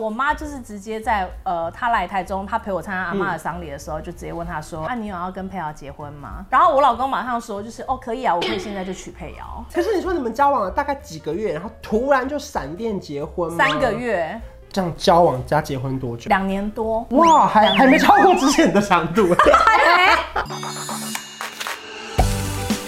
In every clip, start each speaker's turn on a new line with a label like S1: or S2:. S1: 我妈就是直接在呃，她来台中，她陪我参加阿妈的丧礼的时候，就直接问她说：“啊，你有要跟佩瑶结婚吗？”然后我老公马上说：“就是哦，可以啊，我可以现在就娶佩瑶。
S2: 可是你说你们交往了大概几个月，然后突然就闪电结婚”吗？
S1: 三个。月，
S2: 这样交往加结婚多久？
S1: 两年多，
S2: 哇，还还没超过之前的长 度。
S1: 哎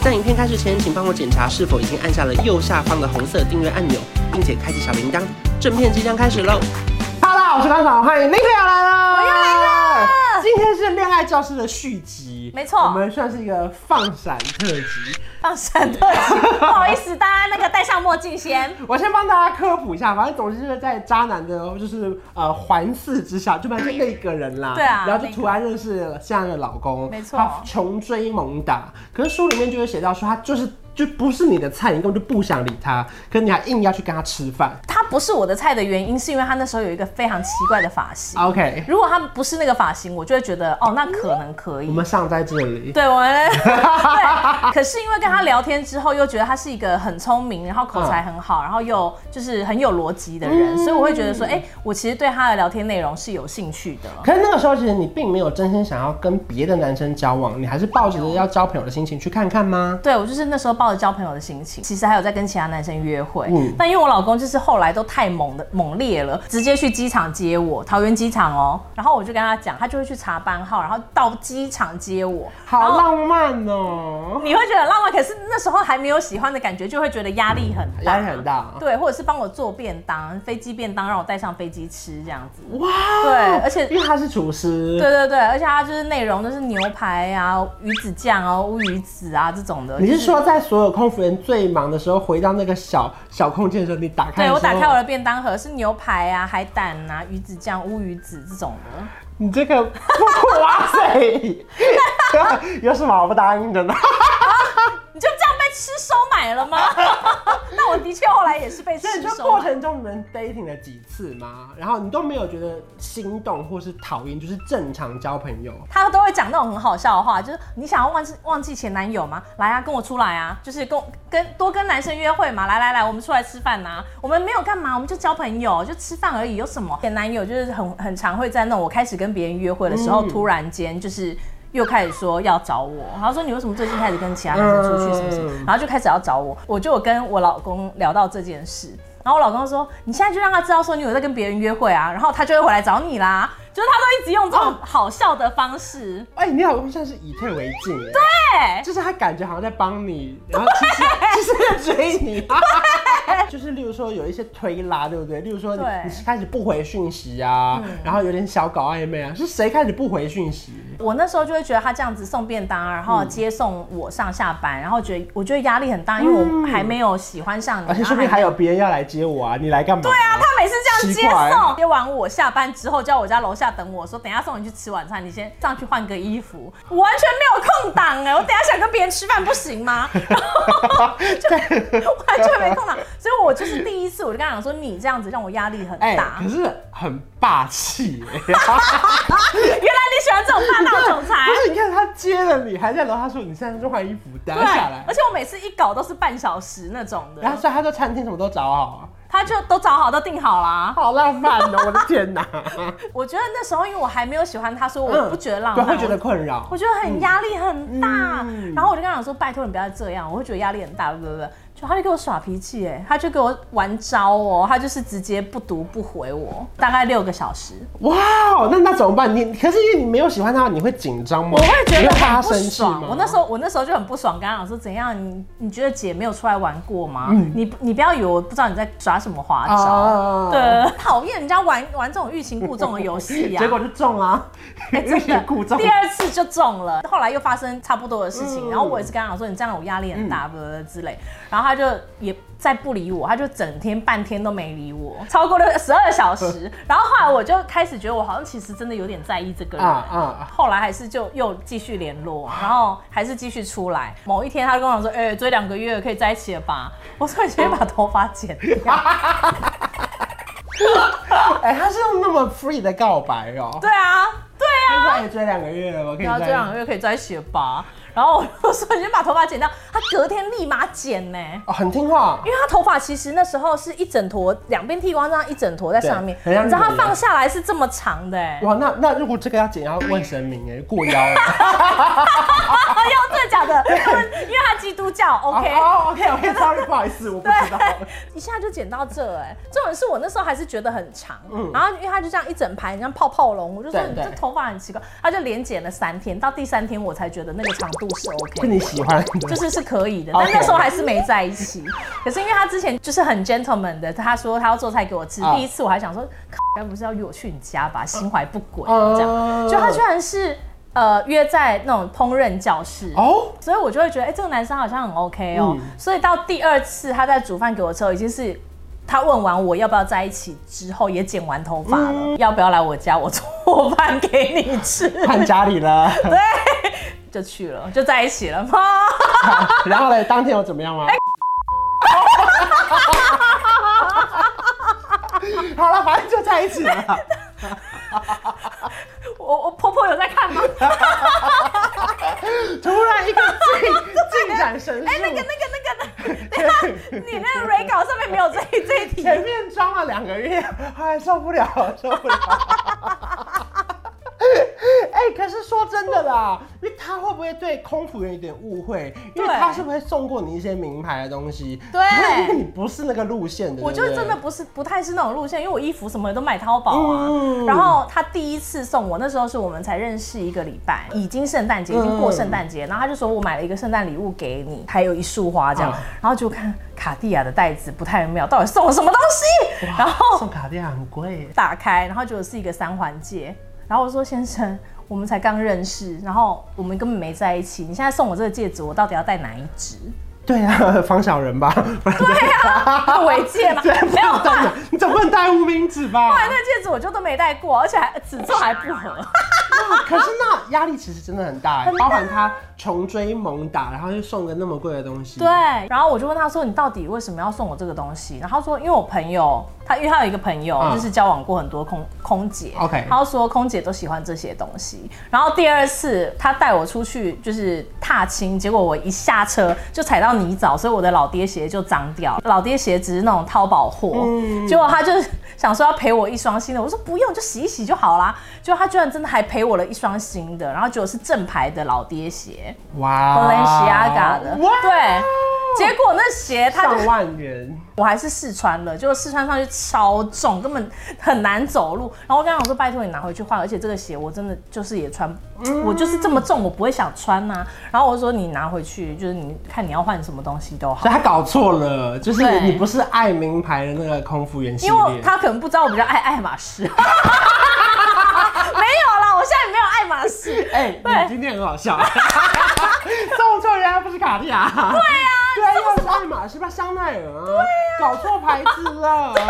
S2: 在影片开始前，请帮我检查是否已经按下了右下方的红色订阅按钮，并且开启小铃铛。正片即将开始喽！Hello，我是康嫂，欢迎 n i 来啦！我又来了。今天是恋爱教室的续集，
S1: 没错
S2: 我们算是一个放闪特辑。
S1: 放闪特辑，不好意思，大家那个戴上墨镜先。
S2: 我先帮大家科普一下，反正总之就是在渣男的，就是呃环伺之下，就本来就那个人啦，
S1: 对啊
S2: 然后就突然认识了现在的老公，
S1: 没错
S2: 他穷追猛打。可是书里面就会写到说，他就是就不是你的菜，你根本就不想理他，可是你还硬要去跟他吃饭。
S1: 她不是我的菜的原因，是因为她那时候有一个非常奇怪的发型。
S2: OK，
S1: 如果她不是那个发型，我就会觉得哦，那可能可以
S2: 我。们上在这里，
S1: 对，我 们对，可是因为跟他聊天之后，又觉得他是一个很聪明，然后口才很好，然后又就是很有逻辑的
S2: 嗯
S1: 人，所以我会觉得说，哎、我其实对他的聊天内容是有兴趣的。
S2: 可是那个时候，其实你并没有真心想要跟别的男生交往，你还是抱着要交朋友的心情去看看吗？
S1: 对，我就是那时候抱着交朋友的心情，其实还有在跟其他男生约会。
S2: 嗯
S1: 但因为我老公就是后来都太猛的猛烈了，直接去机场接我，桃园机场哦。然后我就跟他讲，他就会去查班号，然后到机场接我。然
S2: 好
S1: 后
S2: 浪漫哦、
S1: 你会觉得很浪漫，可是那时候还没有喜欢的感觉，就会觉得压力很大，
S2: 压力很大
S1: 对，或者是帮我做便当，飞机便当让我带上飞机吃这样子。
S2: 哇！
S1: 对而且
S2: 因为他是厨师，
S1: 对对对，而且它就是内容都是牛排啊、鱼子酱啊、乌鱼子啊这种的。
S2: 你
S1: 就是
S2: 说在所有空服员最忙的时候，回到那个小小空间的时候，你打开的
S1: 对
S2: 时
S1: 我
S2: 候？
S1: 打开我的便当盒是牛排啊、海胆啊、鱼子酱、乌鱼子这种的。
S2: 你这个哇塞，有什么好不答应的呢？
S1: 你就这样被吃收买了吗？ 那我的确后来也是被吃
S2: 所以这
S1: 收
S2: 过
S1: 买。
S2: 程中你们 dating 了几次吗？然后你都没有觉得心动或是讨厌，就是正常交朋友。
S1: 他都会讲那种很好笑的话，就是你想要忘记忘记前男友吗？来啊，跟我出来啊，就是跟跟多跟男生约会嘛，来来来，我们出来吃饭呐、啊我们没有干嘛，我们就交朋友，就吃饭而已，有什么？前男友就是很很常会在那种我开始跟别人约会的时候，
S2: 嗯
S1: 突然间就是。又开始说要找我，他说你为什么最近开始跟其他男生出去什么什么，
S2: 嗯
S1: 然后就开始要找我，我就有跟我老公聊到这件事，然后我老公说你现在就让他知道说你有在跟别人约会啊，然后他就会回来找你啦，就是他都一直用这种
S2: 哦
S1: 好笑的方式，
S2: 哎、你老公算是以退为进，欸对，
S1: 对，
S2: 就是他感觉好像在帮你， 然后其实其实在追你。 就是例如说有一些推拉，对不对？例如说你
S1: 对嗯
S2: 你是开始不回讯息啊，然后有点小搞暧昧啊，是谁开始不回讯息？
S1: 我那时候就会觉得他这样子送便当啊，然
S2: 嗯
S1: 后接送我上下班，然后觉得我觉得压力很大，因为我还没有喜欢上你，
S2: 嗯而且说不定
S1: 然后
S2: 还有别人要来接我啊，你来干嘛？对
S1: 啊，他每次这
S2: 奇
S1: 样接
S2: 怪
S1: 送，接完我下班之后，叫我家楼下等我，说等一下送你去吃晚餐，你先上去换个衣服。我完全没有空档哎、我等一下想跟别人吃饭不行 吗？然后就完全没空档，所以我就是第一次我就跟他讲说，你这样子让我压力很
S2: 哎、
S1: 大。
S2: 可是很霸 气耶、
S1: 原来你喜欢这种霸道总裁
S2: 不。是，你看他接了你，还在楼下说你现在就换衣服，等
S1: 对
S2: 下下来，
S1: 而。且我每次一搞都是半小时那种的，
S2: 然后所以他在餐厅什么都找好，啊
S1: 他就都找好都订好啦。
S2: 好浪漫哦！我的 天哪，
S1: 我觉得那时候因为我还没有喜欢他，所以我不觉得浪
S2: 嗯对，
S1: 漫，
S2: 会觉得
S1: 我
S2: 困扰
S1: 我。觉得很压力很大。
S2: 嗯
S1: 然后我就跟他讲说，拜托你不要这样，我会觉得压力很大，不不不。就他就给我耍脾气，哎，他就给我玩招哦，他就是直接不读不回我，大概六个小时，
S2: 哇哦，那那怎么办？你可是因为你没有喜欢他，你会紧张吗？
S1: 我会觉
S2: 你
S1: 得
S2: 怕
S1: 很
S2: 他
S1: 不
S2: 生气
S1: 爽
S2: 吗。？
S1: 我那时候我那时候就很不爽，跟他讲说怎样，你你觉得姐没有出来玩过吗？
S2: 嗯
S1: 你你不要以为我不知道你在耍什么花招，
S2: 啊
S1: 对，讨厌人家玩玩这种欲擒故纵的游戏 呀、
S2: 结果就中啊，
S1: 哎
S2: 欲擒故纵
S1: 第。二次就中了。后来又发生差不多的事情，
S2: 嗯
S1: 然后我也是跟他讲说你这样我压力很大，不、之类，然后他就也再不理我，他就整天半天都没理我，超过了十二小
S2: 嗯
S1: 时。然后后来我就开始觉得我好像其实真的有点在意这个人。
S2: 啊啊啊！
S1: 后来还是就又继续联络，然后还是继续出来。某一天他就跟我说：“哎、追两个月可以在一起了吧？”我说：“你
S2: 嗯
S1: 先把头发剪掉。”
S2: 哎、他是用那么 free 的告白哦、
S1: 对啊，对啊。
S2: 他说哎、追两个月了，我可以
S1: 然后
S2: 再
S1: 这两个月可以在一起了吧？然后我就说你就把头发剪掉，他隔天立马剪呢、
S2: 哦，很听话，
S1: 因为他头发其实那时候是一整坨，两边剃光这样一整坨在上面，
S2: 对
S1: 你
S2: 很像
S1: 知道他
S2: 日本人
S1: 放下来是这么长的、欸，
S2: 哇，那那如果这个要剪，要问神明哎，过腰了。
S1: 哦，要真的假的？他们因为他基督教，OK，
S2: 哦，OK，OK，Sorry，不好意思，我不知道。
S1: 一下就剪到这哎、这种是我那时候还是觉得很长，然后因为他就这样一整排，你像泡泡龙，我就说
S2: 嗯
S1: 你
S2: 对对
S1: 这头发很奇怪，他就连剪了三天，到第三天我才觉得那个长度是 OK
S2: 是
S1: 的。
S2: 你喜欢的，
S1: 就是是可以的，
S2: OK
S1: 但那时候还是没在一起。可是因为他之前就是很 gentleman 的，他说他要做菜给我吃。
S2: 啊
S1: 第一次我还想说， 靠该不是要约我去你家吧？心怀不轨
S2: 嗯
S1: 这样，就他居然是呃约在那种烹饪教室。
S2: 哦，
S1: 所以我就会觉得，哎、这个男生好像很 OK 哦。
S2: 嗯
S1: 所以到第二次他在煮饭给我吃，已经是他问完我要不要在一起之后，也剪完头发了，
S2: 嗯
S1: 要不要来我家，我做饭给你 吃，
S2: 看家里了。
S1: 就去了，就在一起了吗？
S2: 然后嘞，当天有怎么样吗？ 好了，反正就在一起了。
S1: 我我婆婆有在看吗？
S2: 突然一个进进展神
S1: 哎、那个那
S2: 速，
S1: 个那个，等一下，你那个 re 稿上面没有这一这一题。
S2: 前面装了两个月，哎，受不了，受不了。 哎、可是说真的啦，因为他会不会对空服员有点误会？因为
S1: 对
S2: 他是不是送过你一些名牌的东西？
S1: 对
S2: 因为你不是那个路线的。
S1: 我就
S2: 对不
S1: 是
S2: 对
S1: 真的不是不太是那种路线，因为我衣服什么的都买淘宝啊。
S2: 嗯
S1: 然后他第一次送我，那时候是我们才认识一个礼拜，已经圣诞节，已经过圣诞节。
S2: 嗯
S1: 然后他就说我买了一个圣诞礼物给你，还有一束花这样。
S2: 嗯
S1: 然后就看卡地亚的袋子不太妙，到底送了什么东西？然后
S2: 送卡地亚很贵耶。
S1: 打开，然后结果是一个三环戒。然后我说先生，我们才刚认识，然后我们根本没在一起。你现在送我这个戒指，我到底要戴哪一只？
S2: 对啊，防小人吧。对哦
S1: 尾戒 吗？没有啊换。
S2: 你总不能戴无名指吧？
S1: 戴那戒指我就都没戴过，而且还尺寸还不合。
S2: 可是那压力其实真的很大耶，
S1: 啊
S2: 包含他穷追猛打，然后又送个那么贵的东西。
S1: 对，啊然后我就问他说：“你到底为什么要送我这个东西？”然后他说：“因为我朋友，他因为他有一个朋友，
S2: 嗯
S1: 就是交往过很多空空姐
S2: OK
S1: 他说空姐都喜欢这些东西。然后第二次他带我出去就是踏青，结果我一下车就踩到泥沼，所以我的老爹鞋就脏掉了。老爹鞋只是那种淘宝货，
S2: 嗯
S1: 结果他就想说要赔我一双新的，我说不用，就洗一洗就好啦。结果他居然真的还赔我了一双新的，然后结果是正牌的老爹鞋。
S2: 哇
S1: Balenciaga 的，
S2: 哦哇，
S1: 对。结果那鞋它就
S2: 上万元，
S1: 我还是试穿了，结果试穿上去超重，根本很难走路。然后我跟他讲说，拜托你拿回去换，而且这个鞋我真的就是也穿，
S2: 嗯
S1: 我就是这么重，我不会想穿呐、然后我就说你拿回去，就是你看你要换什么东西都好
S2: 所。以他搞错了，就是
S1: 对
S2: 你不是爱名牌的那个空服员系
S1: 因为我
S2: 列。
S1: 他可能不知道我比较爱爱马 仕，没有啦，我现在没有爱马仕。
S2: 哎、你今天很好笑， 送错人还不是卡地亚。对呀、对啊，又是爱马仕吧，香奈儿啊，对搞错牌子 了。对，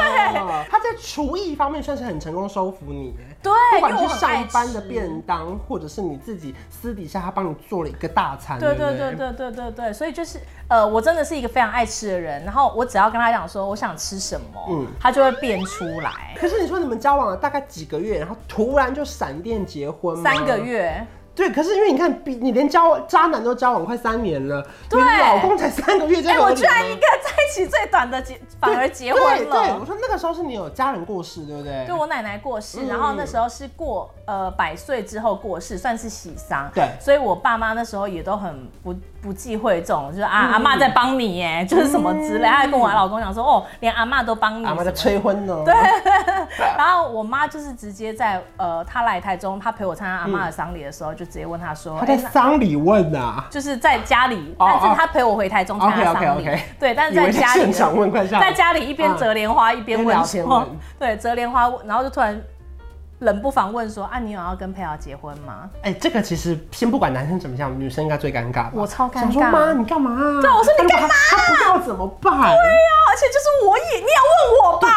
S2: 他在厨艺方面算是很成功收服你耶。
S1: 对，
S2: 不
S1: 因为
S2: 管
S1: 我
S2: 是
S1: 很爱
S2: 上班的
S1: 吃
S2: 便当，或者是你自己私底下他帮你做了一个大餐，
S1: 对
S2: 不
S1: 对对对对对对，所以就是呃，我真的是一个非常爱吃的人，然后我只要跟他讲说我想吃什么，
S2: 嗯
S1: 他就会变出来。
S2: 可是你说你们交往了大概几个月，然后突然就闪电结婚吗？
S1: 三个。月，
S2: 对，可是因为你看，比你连交渣男都交往快三年了，
S1: 对
S2: 你老公才三个月就
S1: 哎、
S2: 有
S1: 我
S2: 你
S1: 居然一
S2: 了
S1: 个在一起最短的结，反而结婚
S2: 对对，我
S1: 了。
S2: 说那个时候是你有家人过世，对不对？
S1: 对我奶奶过世，
S2: 嗯
S1: 然后那时候是过呃百岁之后过世，算是喜丧。
S2: 对
S1: 所以我爸妈那时候也都很不不忌讳这种，就是
S2: 嗯
S1: 啊、阿妈在帮你耶，就是什么之类。他还跟我老公讲说，哦，连阿妈都帮你什
S2: 阿
S1: 么
S2: 妈
S1: 的。
S2: 在催婚呢。对，
S1: 然后我妈就是直接在呃，她来台中，她陪我参加阿妈的丧礼的时候，就直接问她说，
S2: 他在
S1: 哎那
S2: 丧礼问啊，
S1: 就是在家里，
S2: 哦
S1: 但
S2: 哦
S1: 是她陪我回台中参加丧礼
S2: OK，OK，OK，
S1: 对，但是
S2: 以
S1: 在
S2: 为是
S1: 家里
S2: 现场问快下。
S1: 在家里一边折莲花、一边
S2: 边聊
S1: 问
S2: 天
S1: 说
S2: 问，
S1: 对，折莲花，然后就突然冷不防问说，啊，你有要跟佩瑶结婚吗？
S2: 哎、这个其实先不管男生怎么想，女生应该最尴尬吧。
S1: 我超尴尬
S2: 想说妈，你干嘛、
S1: 对啊我说你干
S2: 嘛？他不要怎么办？
S1: 对啊，而且就是我也，你要问我吧？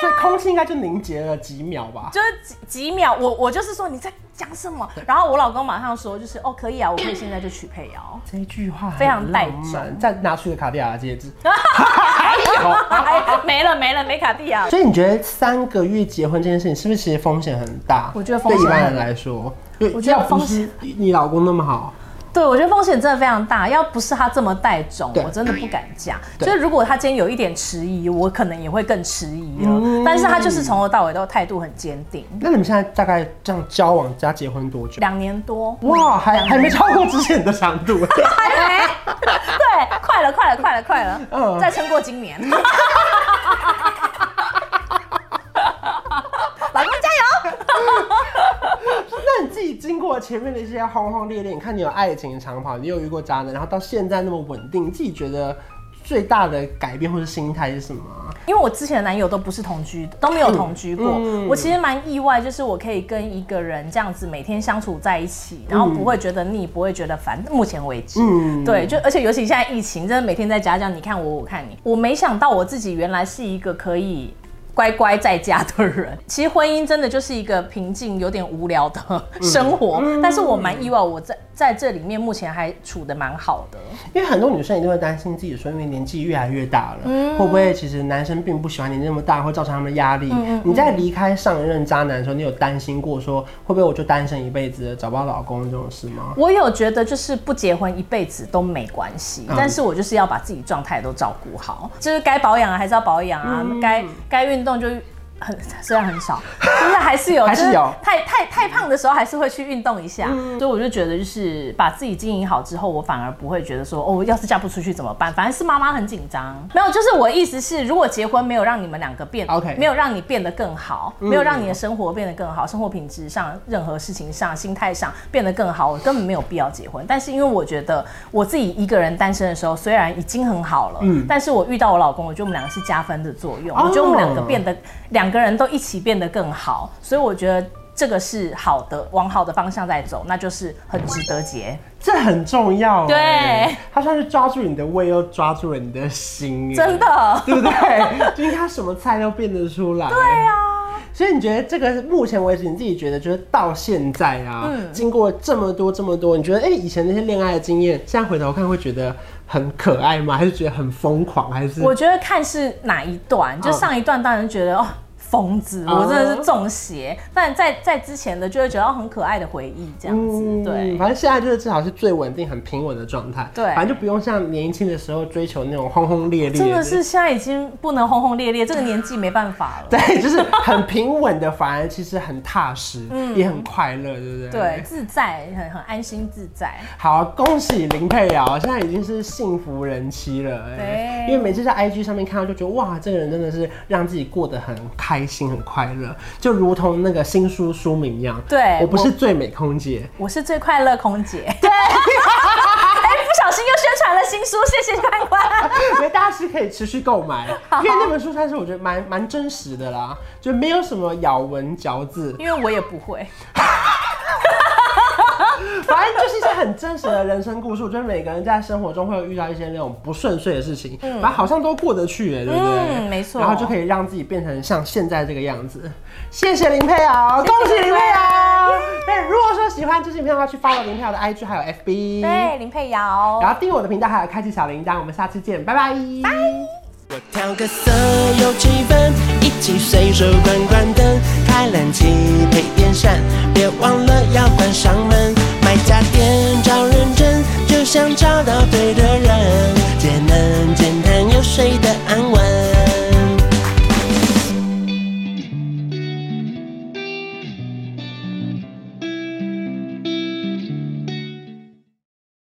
S2: 所以空气应该就凝结了几秒吧。
S1: 就是几几秒，我我就是说你在讲什么，然后我老公马上说就是哦可以啊，我可以现在就娶佩瑶。
S2: 这一句话
S1: 非常带
S2: 很浪漫
S1: 种
S2: 再拿出一个卡地亚的戒指。还有，
S1: 哎，没了没了，没卡地亚了。
S2: 所以你觉得三个月结婚这件事情是不是其实风险很大？
S1: 我觉得风险
S2: 对一般人来说，对
S1: 我觉得
S2: 要不是你老公那么好，
S1: 对，对，我觉得风险真的非常大。要不是他这么带种，
S2: 对
S1: 我真的不敢嫁。
S2: 对
S1: 就是如果他今天有一点迟疑，我可能也会更迟疑了。
S2: 嗯
S1: 但是他就是从头到尾都态度很坚定，
S2: 那你们现在大概这样交往加结婚多久？
S1: 两年多。
S2: 哇，还还没超过之前的长 度。
S1: 还没，哎对，快了，快了，快了，快了，
S2: 嗯
S1: 再撑过今 年。 老公加油！
S2: 那你自己经过前面的一些轰轰烈烈，你看你有爱情的长跑，你有遇过渣男，然后到现在那么稳定，你自己觉得最大的改变或是心态是什么啊？
S1: 因为我之前的男友都不是同居的，都没有同居过。
S2: 嗯嗯
S1: 我其实蛮意外，就是我可以跟一个人这样子每天相处在一起，然后不会觉得腻，不会觉得烦。目前为止，
S2: 嗯
S1: 对，就而且尤其现在疫情，真的每天在家这样，你看我，我看你，我没想到我自己原来是一个可以。乖乖在家的人， 其实婚姻真的就是一个平静、有点无聊的生活。
S2: 嗯
S1: 但是我蛮意外，我在在这里面目前还处的蛮好的。
S2: 因为很多女生一定会担心自己说，因为年纪越来越大了，
S1: 嗯
S2: 会不会其实男生并不喜欢你那么大，会造成他们的压
S1: 嗯
S2: 力？你在离开上一任渣男的时候，你有担心过说会不会我就单身一辈子找不到老公这种事吗？
S1: 我有觉得就是不结婚一辈子都没关系，
S2: 嗯
S1: 但是我就是要把自己状态都照顾好，就是该保养啊还是要保养啊，
S2: 嗯
S1: 该该运动就。很虽然很少， 但是还是有，
S2: 还是有
S1: 就太太太胖的时候还是会去运动一下，
S2: 嗯
S1: 所以我就觉得就是把自己经营好之后，我反而不会觉得说哦，要是嫁不出去怎么办？反而是妈妈很紧张。没有，就是我意思是，如果结婚没有让你们两个变
S2: OK 嗯
S1: 没有让你变得更好，没有让你的生活变得更好，生活品质上、任何事情上、心态上变得更好，我根本没有必要结婚。但是因为我觉得我自己一个人单身的时候，虽然已经很好了，
S2: 嗯
S1: 但是我遇到我老公，我觉得我们两个是加分的作用，
S2: 哦
S1: 我觉得我们两个变得两个人都一起变得更好，所以我觉得。这个是好的，往好的方向在走，那就是很值得结，
S2: 这很重要、欸。
S1: 对，
S2: 他算是抓住你的胃，又抓住了你的心、欸，
S1: 真的。
S2: 对不 对？就是他什么菜都变得出来。对呀、
S1: 啊
S2: 所以你觉得这个目前为止，你自己觉得就是到现在啊，
S1: 嗯
S2: 经过这么多这么多，你觉得哎、以前那些恋爱的经验，现在回头看会觉得很可爱吗？还是觉得很疯狂？还是嗯
S1: 我觉得看是哪一段，就上一段当然觉得、哦。疯子，
S2: 哦
S1: 我真的是中邪。但在在之前的就会觉得哦很可爱的回忆这样子，对，
S2: 嗯反正现在就是至少是最稳定、很平稳的状态。
S1: 对
S2: 反正就不用像年轻的时候追求那种轰轰烈烈
S1: 真的是现在已经不能轰轰烈烈，这个年纪没办法了。
S2: 对，就是很平稳的，反而其实很踏实，也很快乐，对不对？
S1: 嗯对，。自在，很很安心自在。
S2: 好，恭喜林佩瑶，现在已经是幸福人妻了、哎，
S1: 对
S2: 因为每次在 IG 上面看到，就觉得哇，这个人真的是让自己过得很开心、很快乐，就如同那个新书书名一样。
S1: 对
S2: 我不是
S1: 我
S2: 最美空姐，
S1: 我是最快乐空 姐。对，哎，不小心又宣传了新书，谢谢看官。
S2: 所以哎大家是可以持续购 买，因为那本书算是我觉得蛮蛮真实的啦，就没有什么咬文嚼字，
S1: 因为我也不会，
S2: 反正就是一些很真实的人生故事。我觉得每个人在生活中会有遇到一些那种不顺遂的事情，反正好像都过得去耶，对不对？
S1: 嗯没错
S2: 然后就可以让自己变成像现在这个样子。谢谢林佩瑶，恭喜林佩瑶！但如果说喜欢这期影片的话，去 follow 林佩瑶的 IG 还有 FB，
S1: 对，林佩瑶。
S2: 然后订阅我的频道，还有开启小铃铛。我们下期见，拜拜。我调个色有气氛，一起随手关关灯，开冷气配电扇，别忘了要关上门。买家电找认真，就像找到对的人。